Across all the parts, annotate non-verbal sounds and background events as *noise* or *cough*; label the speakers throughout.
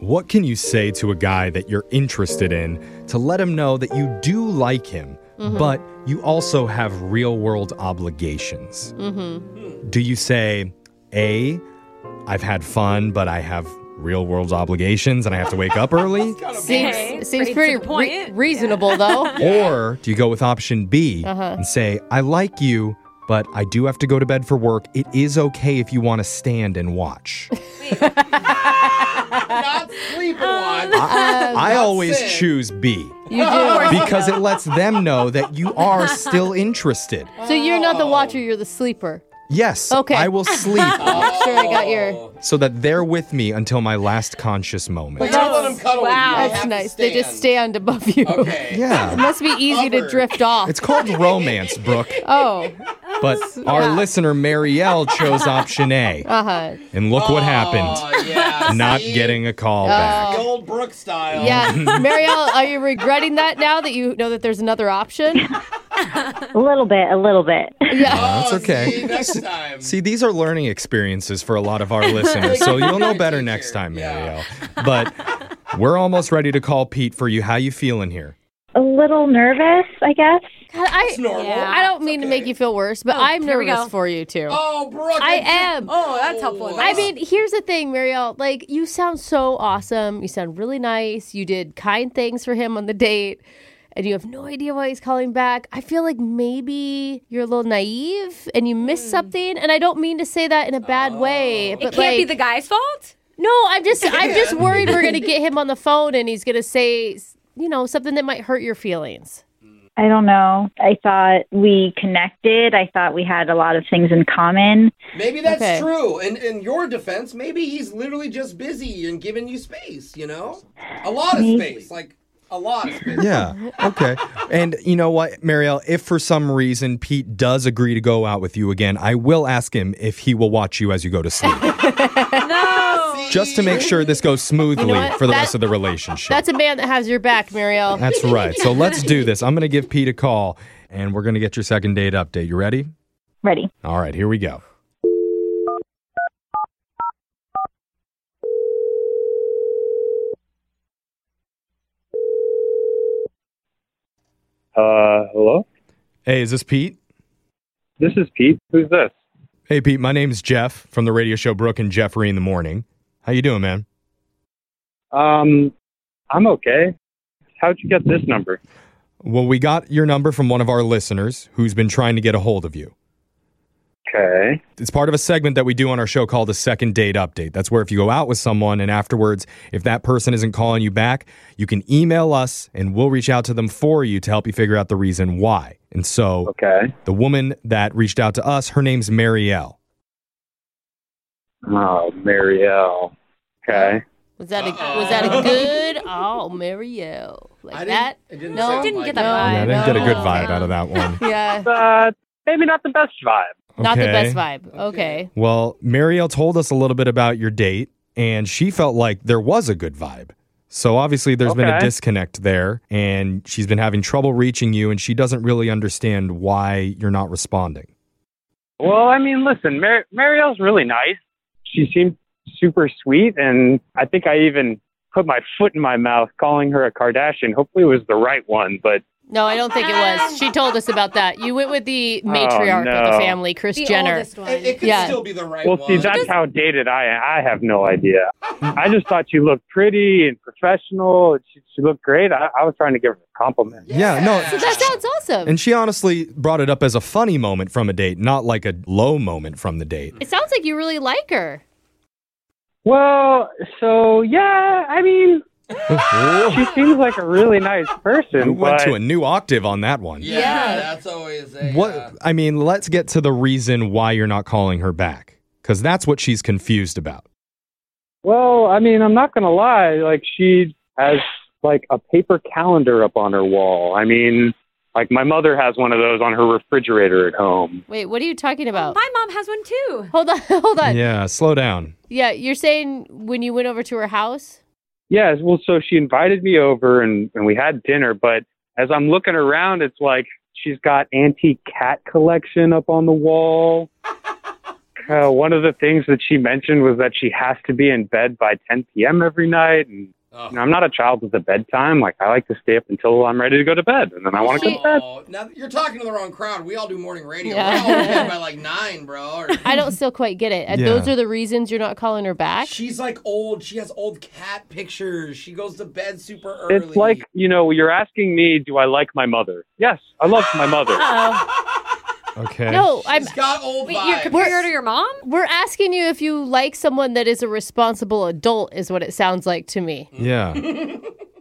Speaker 1: What can you say to a guy that you're interested in to let him know that you do like him, but you also have real world obligations? Do you say, A, I've had fun, but I have real world obligations and I have to wake up early?
Speaker 2: Seems,
Speaker 3: Okay.
Speaker 2: seems
Speaker 3: Straight
Speaker 2: pretty
Speaker 3: to the
Speaker 2: re-
Speaker 3: point.
Speaker 2: reasonable,
Speaker 3: *laughs*
Speaker 2: though.
Speaker 1: Or do you go with option B and say, I like you, but I do have to go to bed for work. It is okay if you want to stand and watch.
Speaker 4: Not sleeping
Speaker 2: Uh,
Speaker 4: one.
Speaker 1: I always
Speaker 4: sick.
Speaker 1: choose B
Speaker 2: You do.
Speaker 1: because it lets them know that you are still interested.
Speaker 2: So you're not the watcher, you're the sleeper.
Speaker 1: Yes,
Speaker 2: Okay.
Speaker 1: I will sleep
Speaker 4: Oh.
Speaker 2: Make sure I got your.
Speaker 1: so that they're with me until my last conscious
Speaker 4: But
Speaker 1: moment.
Speaker 4: you don't let them cuddle with you.
Speaker 3: Wow.
Speaker 4: They have
Speaker 2: That's
Speaker 4: to
Speaker 2: nice. They just stand above you.
Speaker 4: Okay.
Speaker 2: It
Speaker 1: Yeah.
Speaker 2: must be easy to
Speaker 4: Hover.
Speaker 2: drift off.
Speaker 1: It's called romance, Brooke.
Speaker 2: *laughs* oh,
Speaker 1: But our listener, Marielle, chose option A.
Speaker 2: uh huh.
Speaker 1: And look what happened
Speaker 4: Oh, yeah.
Speaker 1: *laughs* not
Speaker 4: see? Oh,
Speaker 1: getting a call back.
Speaker 4: Goldbrook style.
Speaker 2: Yeah, Marielle, are you regretting that now that you know that there's another option?
Speaker 5: A little bit, a little bit.
Speaker 2: Yeah.
Speaker 1: That's
Speaker 4: Oh,
Speaker 1: okay.
Speaker 4: See, next
Speaker 1: *laughs*
Speaker 4: time.
Speaker 1: See, these are learning experiences for a lot
Speaker 4: *laughs*
Speaker 1: of our listeners, so you'll know better next time, Marielle.
Speaker 4: Yeah.
Speaker 1: But we're almost ready to call Pete for you. How you feeling here?
Speaker 5: A little nervous, I guess.
Speaker 2: God, I,
Speaker 4: normal.
Speaker 3: Yeah. Oh,
Speaker 2: I don't mean to make you feel worse, but I'm
Speaker 3: here we
Speaker 2: nervous
Speaker 3: go.
Speaker 2: for you too.
Speaker 4: Oh, Brooke.
Speaker 2: I
Speaker 4: did-
Speaker 2: am.
Speaker 3: Oh, that's helpful.
Speaker 2: I
Speaker 3: advice.
Speaker 2: mean, here's the thing, Marielle. Like, you sound so awesome. You sound really nice. You did kind things for him on the date, and you have no idea why he's calling back. I feel like maybe you're a little naive and you missed something. And I don't mean to say that in a bad way. But
Speaker 3: Hmm. Oh. it can't be
Speaker 2: like-
Speaker 3: the guy's fault.
Speaker 2: No, I'm just I'm
Speaker 3: *laughs*
Speaker 2: just worried we're gonna get him on the phone and he's gonna say you know something that might hurt your feelings.
Speaker 5: I don't know. I thought we connected. I thought we had a lot of things in common.
Speaker 4: Maybe that's
Speaker 2: Okay.
Speaker 4: true. And in your defense, maybe he's literally just busy and giving you space, you know? A lot of space. Like, a lot of space.
Speaker 1: Yeah. Okay. And you know what, Marielle? If for some reason Pete does agree to go out with you again, I will ask him if he will watch you as you go to
Speaker 2: *laughs*
Speaker 1: sleep,
Speaker 4: See?
Speaker 1: just to make sure this goes smoothly
Speaker 2: what?
Speaker 1: for the
Speaker 2: That-
Speaker 1: rest of the relationship.
Speaker 2: That's a man that has your back, Marielle.
Speaker 1: That's right. So let's do this. I'm going to give Pete a call, and we're going to get your second date update. You ready?
Speaker 5: Ready.
Speaker 1: All right. Here we go.
Speaker 6: Uh, hello?
Speaker 1: Hey, is this Pete?
Speaker 6: This is Pete. Who's this?
Speaker 1: Hey Pete, my name's Jeff from the radio show Brooke and Jeffrey in the morning. How you doing, man?
Speaker 6: Um, I'm okay. How'd you get this number?
Speaker 1: Well, we got your number from one of our listeners who's been trying to get a hold of you.
Speaker 6: Okay.
Speaker 1: It's part of a segment that we do on our show called the second date update. That's where if you go out with someone and afterwards, if that person isn't calling you back, you can email us and we'll reach out to them for you to help you figure out the reason why. And so
Speaker 6: Okay.
Speaker 1: the woman that reached out to us, her name's Marielle.
Speaker 6: Oh, Marielle. Okay.
Speaker 2: Was that a was that a good oh Marielle like
Speaker 4: I didn't,
Speaker 2: that?
Speaker 4: it didn't
Speaker 2: No.
Speaker 4: sound
Speaker 2: Didn't
Speaker 4: like
Speaker 3: get
Speaker 2: that
Speaker 4: it.
Speaker 1: Yeah, I
Speaker 2: vibe.
Speaker 1: didn't get a good
Speaker 2: No.
Speaker 1: vibe out of that one.
Speaker 2: Yeah,
Speaker 6: Uh, maybe not the best vibe.
Speaker 2: not the
Speaker 1: Okay.
Speaker 2: best vibe. Okay,
Speaker 1: Well, Marielle told us a little bit about your date, and she felt like there was a good vibe. So obviously, there's been a
Speaker 6: Okay.
Speaker 1: disconnect there, and she's been having trouble reaching you, and she doesn't really understand why you're not responding.
Speaker 6: Well, I mean, listen, Mar- Marielle's really nice. She seemed super sweet, and I think I even put my foot in my mouth calling her a Kardashian. Hopefully, it was the right one, but
Speaker 2: no, I don't think it was. She told us about that. You went with the matriarch of the
Speaker 6: no.
Speaker 2: family, Chris
Speaker 3: Oh, The
Speaker 2: Jenner.
Speaker 3: oldest one.
Speaker 4: It, it could
Speaker 2: Yeah.
Speaker 4: still be the right
Speaker 6: Well,
Speaker 4: one.
Speaker 6: see, that's how dated I am. I have no idea. I just thought she looked pretty and professional. and She, she looked great. I, I was trying to give her a compliment.
Speaker 1: Yeah, no.
Speaker 4: Yeah.
Speaker 2: So that sounds awesome.
Speaker 1: And she honestly brought it up as a funny moment from a date, not like a low moment from the date.
Speaker 2: it sounds like you really like her.
Speaker 6: Well, so yeah,
Speaker 1: *laughs*
Speaker 6: I mean, she
Speaker 1: Whoa.
Speaker 6: seems like a really nice
Speaker 1: We
Speaker 6: person.
Speaker 1: went
Speaker 6: but
Speaker 1: to a new octave on that one.
Speaker 4: yeah,
Speaker 2: Yeah.
Speaker 4: that's always a. uh,
Speaker 1: What I mean, let's get to the reason why you're not calling her back, because that's what she's confused about.
Speaker 6: well, I mean, I'm not gonna lie. Like she has like a paper calendar up on her wall. I mean, like my mother has one of those on her refrigerator at home.
Speaker 2: Wait, what are you talking about?
Speaker 3: Oh, My mom has one too.
Speaker 2: Hold on, *laughs* hold on.
Speaker 1: Yeah, slow down.
Speaker 2: Yeah, you're saying when you went over to her house?
Speaker 6: Yes, well, so she invited me over and, and we had dinner, but as I'm looking around, it's like she's got antique cat collection up on the wall. uh, one of the things that she mentioned was that she has to be in bed by 10 p.m. every night. And
Speaker 4: Oh.
Speaker 6: you know, I'm not a child with a bedtime. Like I like to stay up until I'm ready to go to bed, and then I want to go
Speaker 4: *laughs*
Speaker 6: to bed.
Speaker 4: Oh, now you're talking to the wrong crowd. We all do morning radio.
Speaker 2: Yeah.
Speaker 4: We're all in bed by like nine, bro. or-
Speaker 2: I don't still quite get it. And
Speaker 1: Yeah.
Speaker 2: Those are the reasons you're not calling her back.
Speaker 4: She's like old. She has old cat pictures. She goes to bed super early.
Speaker 6: It's like you know, you're asking me, do I like my mother? Yes, I love my mother.
Speaker 1: Okay.
Speaker 2: No, I'm.
Speaker 4: she's got old
Speaker 3: Wait, you're
Speaker 4: vibes.
Speaker 3: comparing her to your mom?
Speaker 2: We're asking you if you like someone that is a responsible adult, is what it sounds like to me.
Speaker 1: Yeah.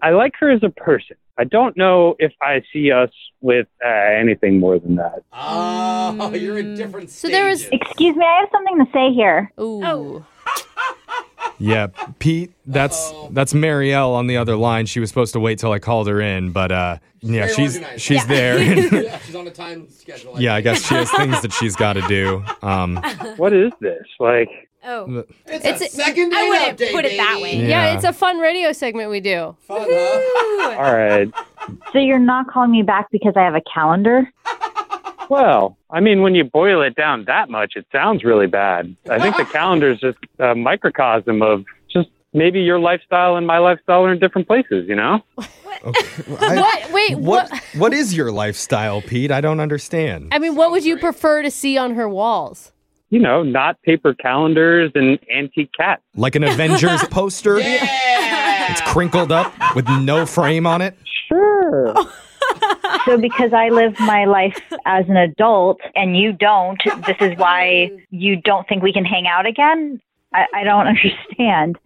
Speaker 6: I like her as a person. I don't know if I see us with uh, anything more than that.
Speaker 4: Oh, *laughs* you're in different
Speaker 2: So there was-
Speaker 4: stages.
Speaker 5: Excuse me, I have something to say here.
Speaker 2: Ooh.
Speaker 3: Oh.
Speaker 1: Yeah. Pete, that's that's Marielle on the other line. She was supposed to wait till I called her in, but uh yeah,
Speaker 4: Very
Speaker 1: she's
Speaker 4: organized.
Speaker 1: she's
Speaker 4: Yeah.
Speaker 1: there. *laughs*
Speaker 4: *laughs* yeah, she's on a time schedule.
Speaker 1: yeah, I
Speaker 4: think.
Speaker 1: guess she has things that she's got to do. Um
Speaker 6: What is this? Like,
Speaker 3: Oh.
Speaker 4: It's,
Speaker 2: It's
Speaker 4: a,
Speaker 2: a-
Speaker 4: second
Speaker 3: I
Speaker 4: date
Speaker 3: wouldn't
Speaker 4: update,
Speaker 3: put it that
Speaker 4: baby.
Speaker 3: way.
Speaker 2: Yeah,
Speaker 1: Yeah.
Speaker 2: it's a fun radio segment we do.
Speaker 3: *laughs*
Speaker 4: Fun, huh?
Speaker 3: Oh.
Speaker 6: all right.
Speaker 5: So you're not calling me back because I have a calendar?
Speaker 6: Well, I mean, when you boil it down that much, it sounds really bad. I think the calendar is just a microcosm of just maybe your lifestyle and my lifestyle are in different places, you know?
Speaker 1: I-
Speaker 2: What? Wait, what? *laughs*
Speaker 1: what what is your lifestyle, Pete? I don't understand.
Speaker 2: I mean, what would you prefer to see on her *laughs* walls?
Speaker 6: You know, not paper calendars and antique cats.
Speaker 1: Like an
Speaker 2: *laughs*
Speaker 1: Avengers poster?
Speaker 4: Yeah.
Speaker 1: It's crinkled up with no frame on it.
Speaker 5: *laughs* Sure. so because I live my life as an adult and you don't, this is why you don't think we can hang out again? I, I don't *laughs* understand.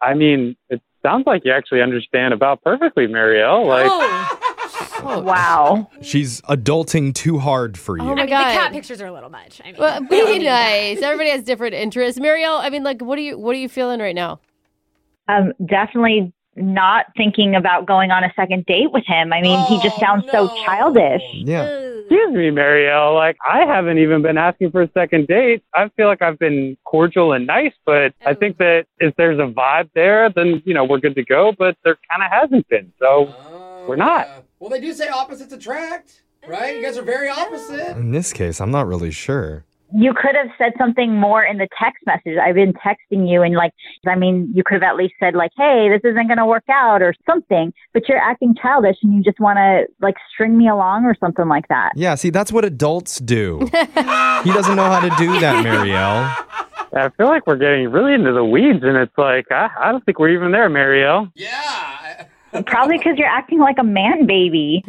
Speaker 6: I mean, it sounds like you actually understand about perfectly, Marielle. Like,
Speaker 3: Oh.
Speaker 5: Wow.
Speaker 1: She's adulting too hard for you.
Speaker 2: Oh
Speaker 3: I
Speaker 2: my
Speaker 3: mean, the cat
Speaker 2: god.
Speaker 3: pictures are a little much. I mean,
Speaker 2: Well, *laughs*
Speaker 3: we don't
Speaker 2: be
Speaker 3: need that.
Speaker 2: nice. Everybody has different interests. Marielle, I mean, like, what are you? What are you feeling right now?
Speaker 5: Um, definitely not thinking about going on a second date with him. I mean, he just
Speaker 4: Oh,
Speaker 5: sounds
Speaker 4: no.
Speaker 5: so childish.
Speaker 1: yeah.
Speaker 6: excuse me, Marielle. Like, I haven't even been asking for a second date. I feel like I've been cordial and nice, but I think that if there's a vibe there, then, you know, we're good to go. But there kind of hasn't been. So.
Speaker 4: Oh,
Speaker 6: We're not.
Speaker 4: yeah. Well, they do say opposites attract, right? You guys are very opposite.
Speaker 1: In this case, I'm not really sure.
Speaker 5: You could have said something more in the text message. I've been texting you, and like, I mean, you could have at least said, like, hey, this isn't going to work out or something, but you're acting childish and you just want to, like, string me along or something like that.
Speaker 1: Yeah, see, that's what adults
Speaker 2: *laughs*
Speaker 1: do. he doesn't know how to do that, Marielle.
Speaker 6: I feel like we're getting really into the weeds, and it's like I, I don't think we're even there, Marielle.
Speaker 4: Yeah.
Speaker 5: Probably because you're acting like a man baby.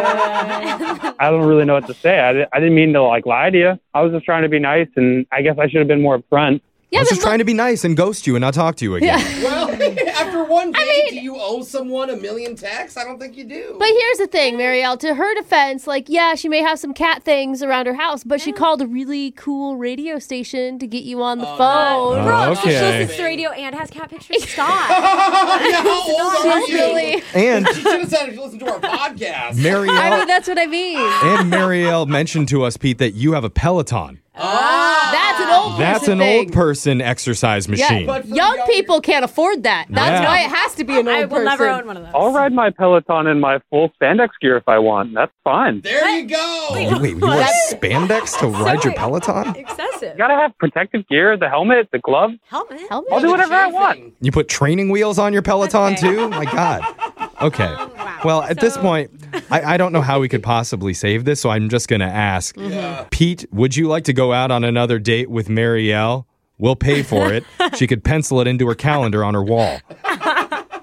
Speaker 6: I don't really know what to say. I, di- I didn't mean to like lie to you. I was just trying to be nice, and I guess I should have been more upfront.
Speaker 1: I was just trying to be nice and ghost you and not talk to you again.
Speaker 2: *laughs*
Speaker 4: Well, *laughs* after one date, do you owe someone a million texts? I don't think you do.
Speaker 2: But here's the thing, Marielle. To her defense, like, yeah, she may have some cat things around her house, but she called a really cool radio station to get you on the phone.
Speaker 1: no.
Speaker 3: Bro, she
Speaker 1: Okay.
Speaker 3: listens to radio and has cat pictures. *laughs* Stop.
Speaker 4: yeah, *laughs*
Speaker 2: *laughs*
Speaker 4: how old are you?
Speaker 2: Really?
Speaker 1: *laughs*
Speaker 2: *laughs*
Speaker 1: And
Speaker 4: You should have said if you listen to our podcast.
Speaker 6: *laughs*
Speaker 2: I mean,
Speaker 1: Marielle
Speaker 2: that's what I mean.
Speaker 1: and Marielle mentioned to us, Pete, that you have a Peloton.
Speaker 4: Ah,
Speaker 2: Oh, That's an old.
Speaker 1: That's
Speaker 2: person
Speaker 1: an
Speaker 2: thing.
Speaker 1: old person exercise machine.
Speaker 4: but for
Speaker 2: Young
Speaker 4: younger-
Speaker 2: people can't afford that. That's
Speaker 1: Yeah.
Speaker 2: why it has to be an old
Speaker 3: I will
Speaker 2: person.
Speaker 3: never own one of those.
Speaker 6: I'll ride my Peloton in my full spandex gear if I want. That's fine. You
Speaker 4: There you go.
Speaker 1: Oh, wait, you wear spandex
Speaker 3: *laughs*
Speaker 1: to ride your Peloton?
Speaker 3: Excessive.
Speaker 6: gotta have protective gear, the helmet, the glove.
Speaker 3: Helmet.
Speaker 2: Helmet.
Speaker 6: I'll do whatever I
Speaker 4: Chafing.
Speaker 6: want.
Speaker 1: You put training wheels on your Peloton
Speaker 3: Okay. Oh,
Speaker 1: too? My God. Okay. Well, at this
Speaker 3: So-
Speaker 1: point, I, I don't know how we could possibly save this, so I'm just going to ask
Speaker 3: Mm-hmm.
Speaker 1: Pete, would you like to go out on another date with Marielle? We'll pay for
Speaker 3: *laughs*
Speaker 1: it. she could pencil it into her calendar on her wall.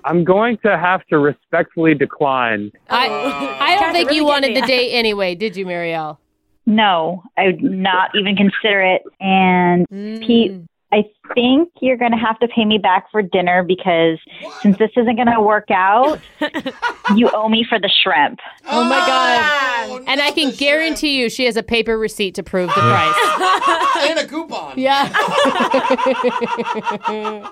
Speaker 6: I'm going to have to respectfully decline.
Speaker 2: I, I don't
Speaker 3: Catherine,
Speaker 2: think
Speaker 3: really
Speaker 2: you
Speaker 3: get
Speaker 2: wanted
Speaker 3: me.
Speaker 2: to date anyway, did you, Marielle?
Speaker 5: No, I would not even consider it. And Pete, I think you're going to have to pay me back for dinner because since this isn't going to work out, you owe me for the shrimp.
Speaker 2: Oh my god!
Speaker 4: Oh,
Speaker 2: And I
Speaker 4: not
Speaker 2: can
Speaker 4: the *laughs*
Speaker 2: guarantee you, she has a paper receipt to prove the price.
Speaker 4: shrimp. And a coupon.
Speaker 2: yeah.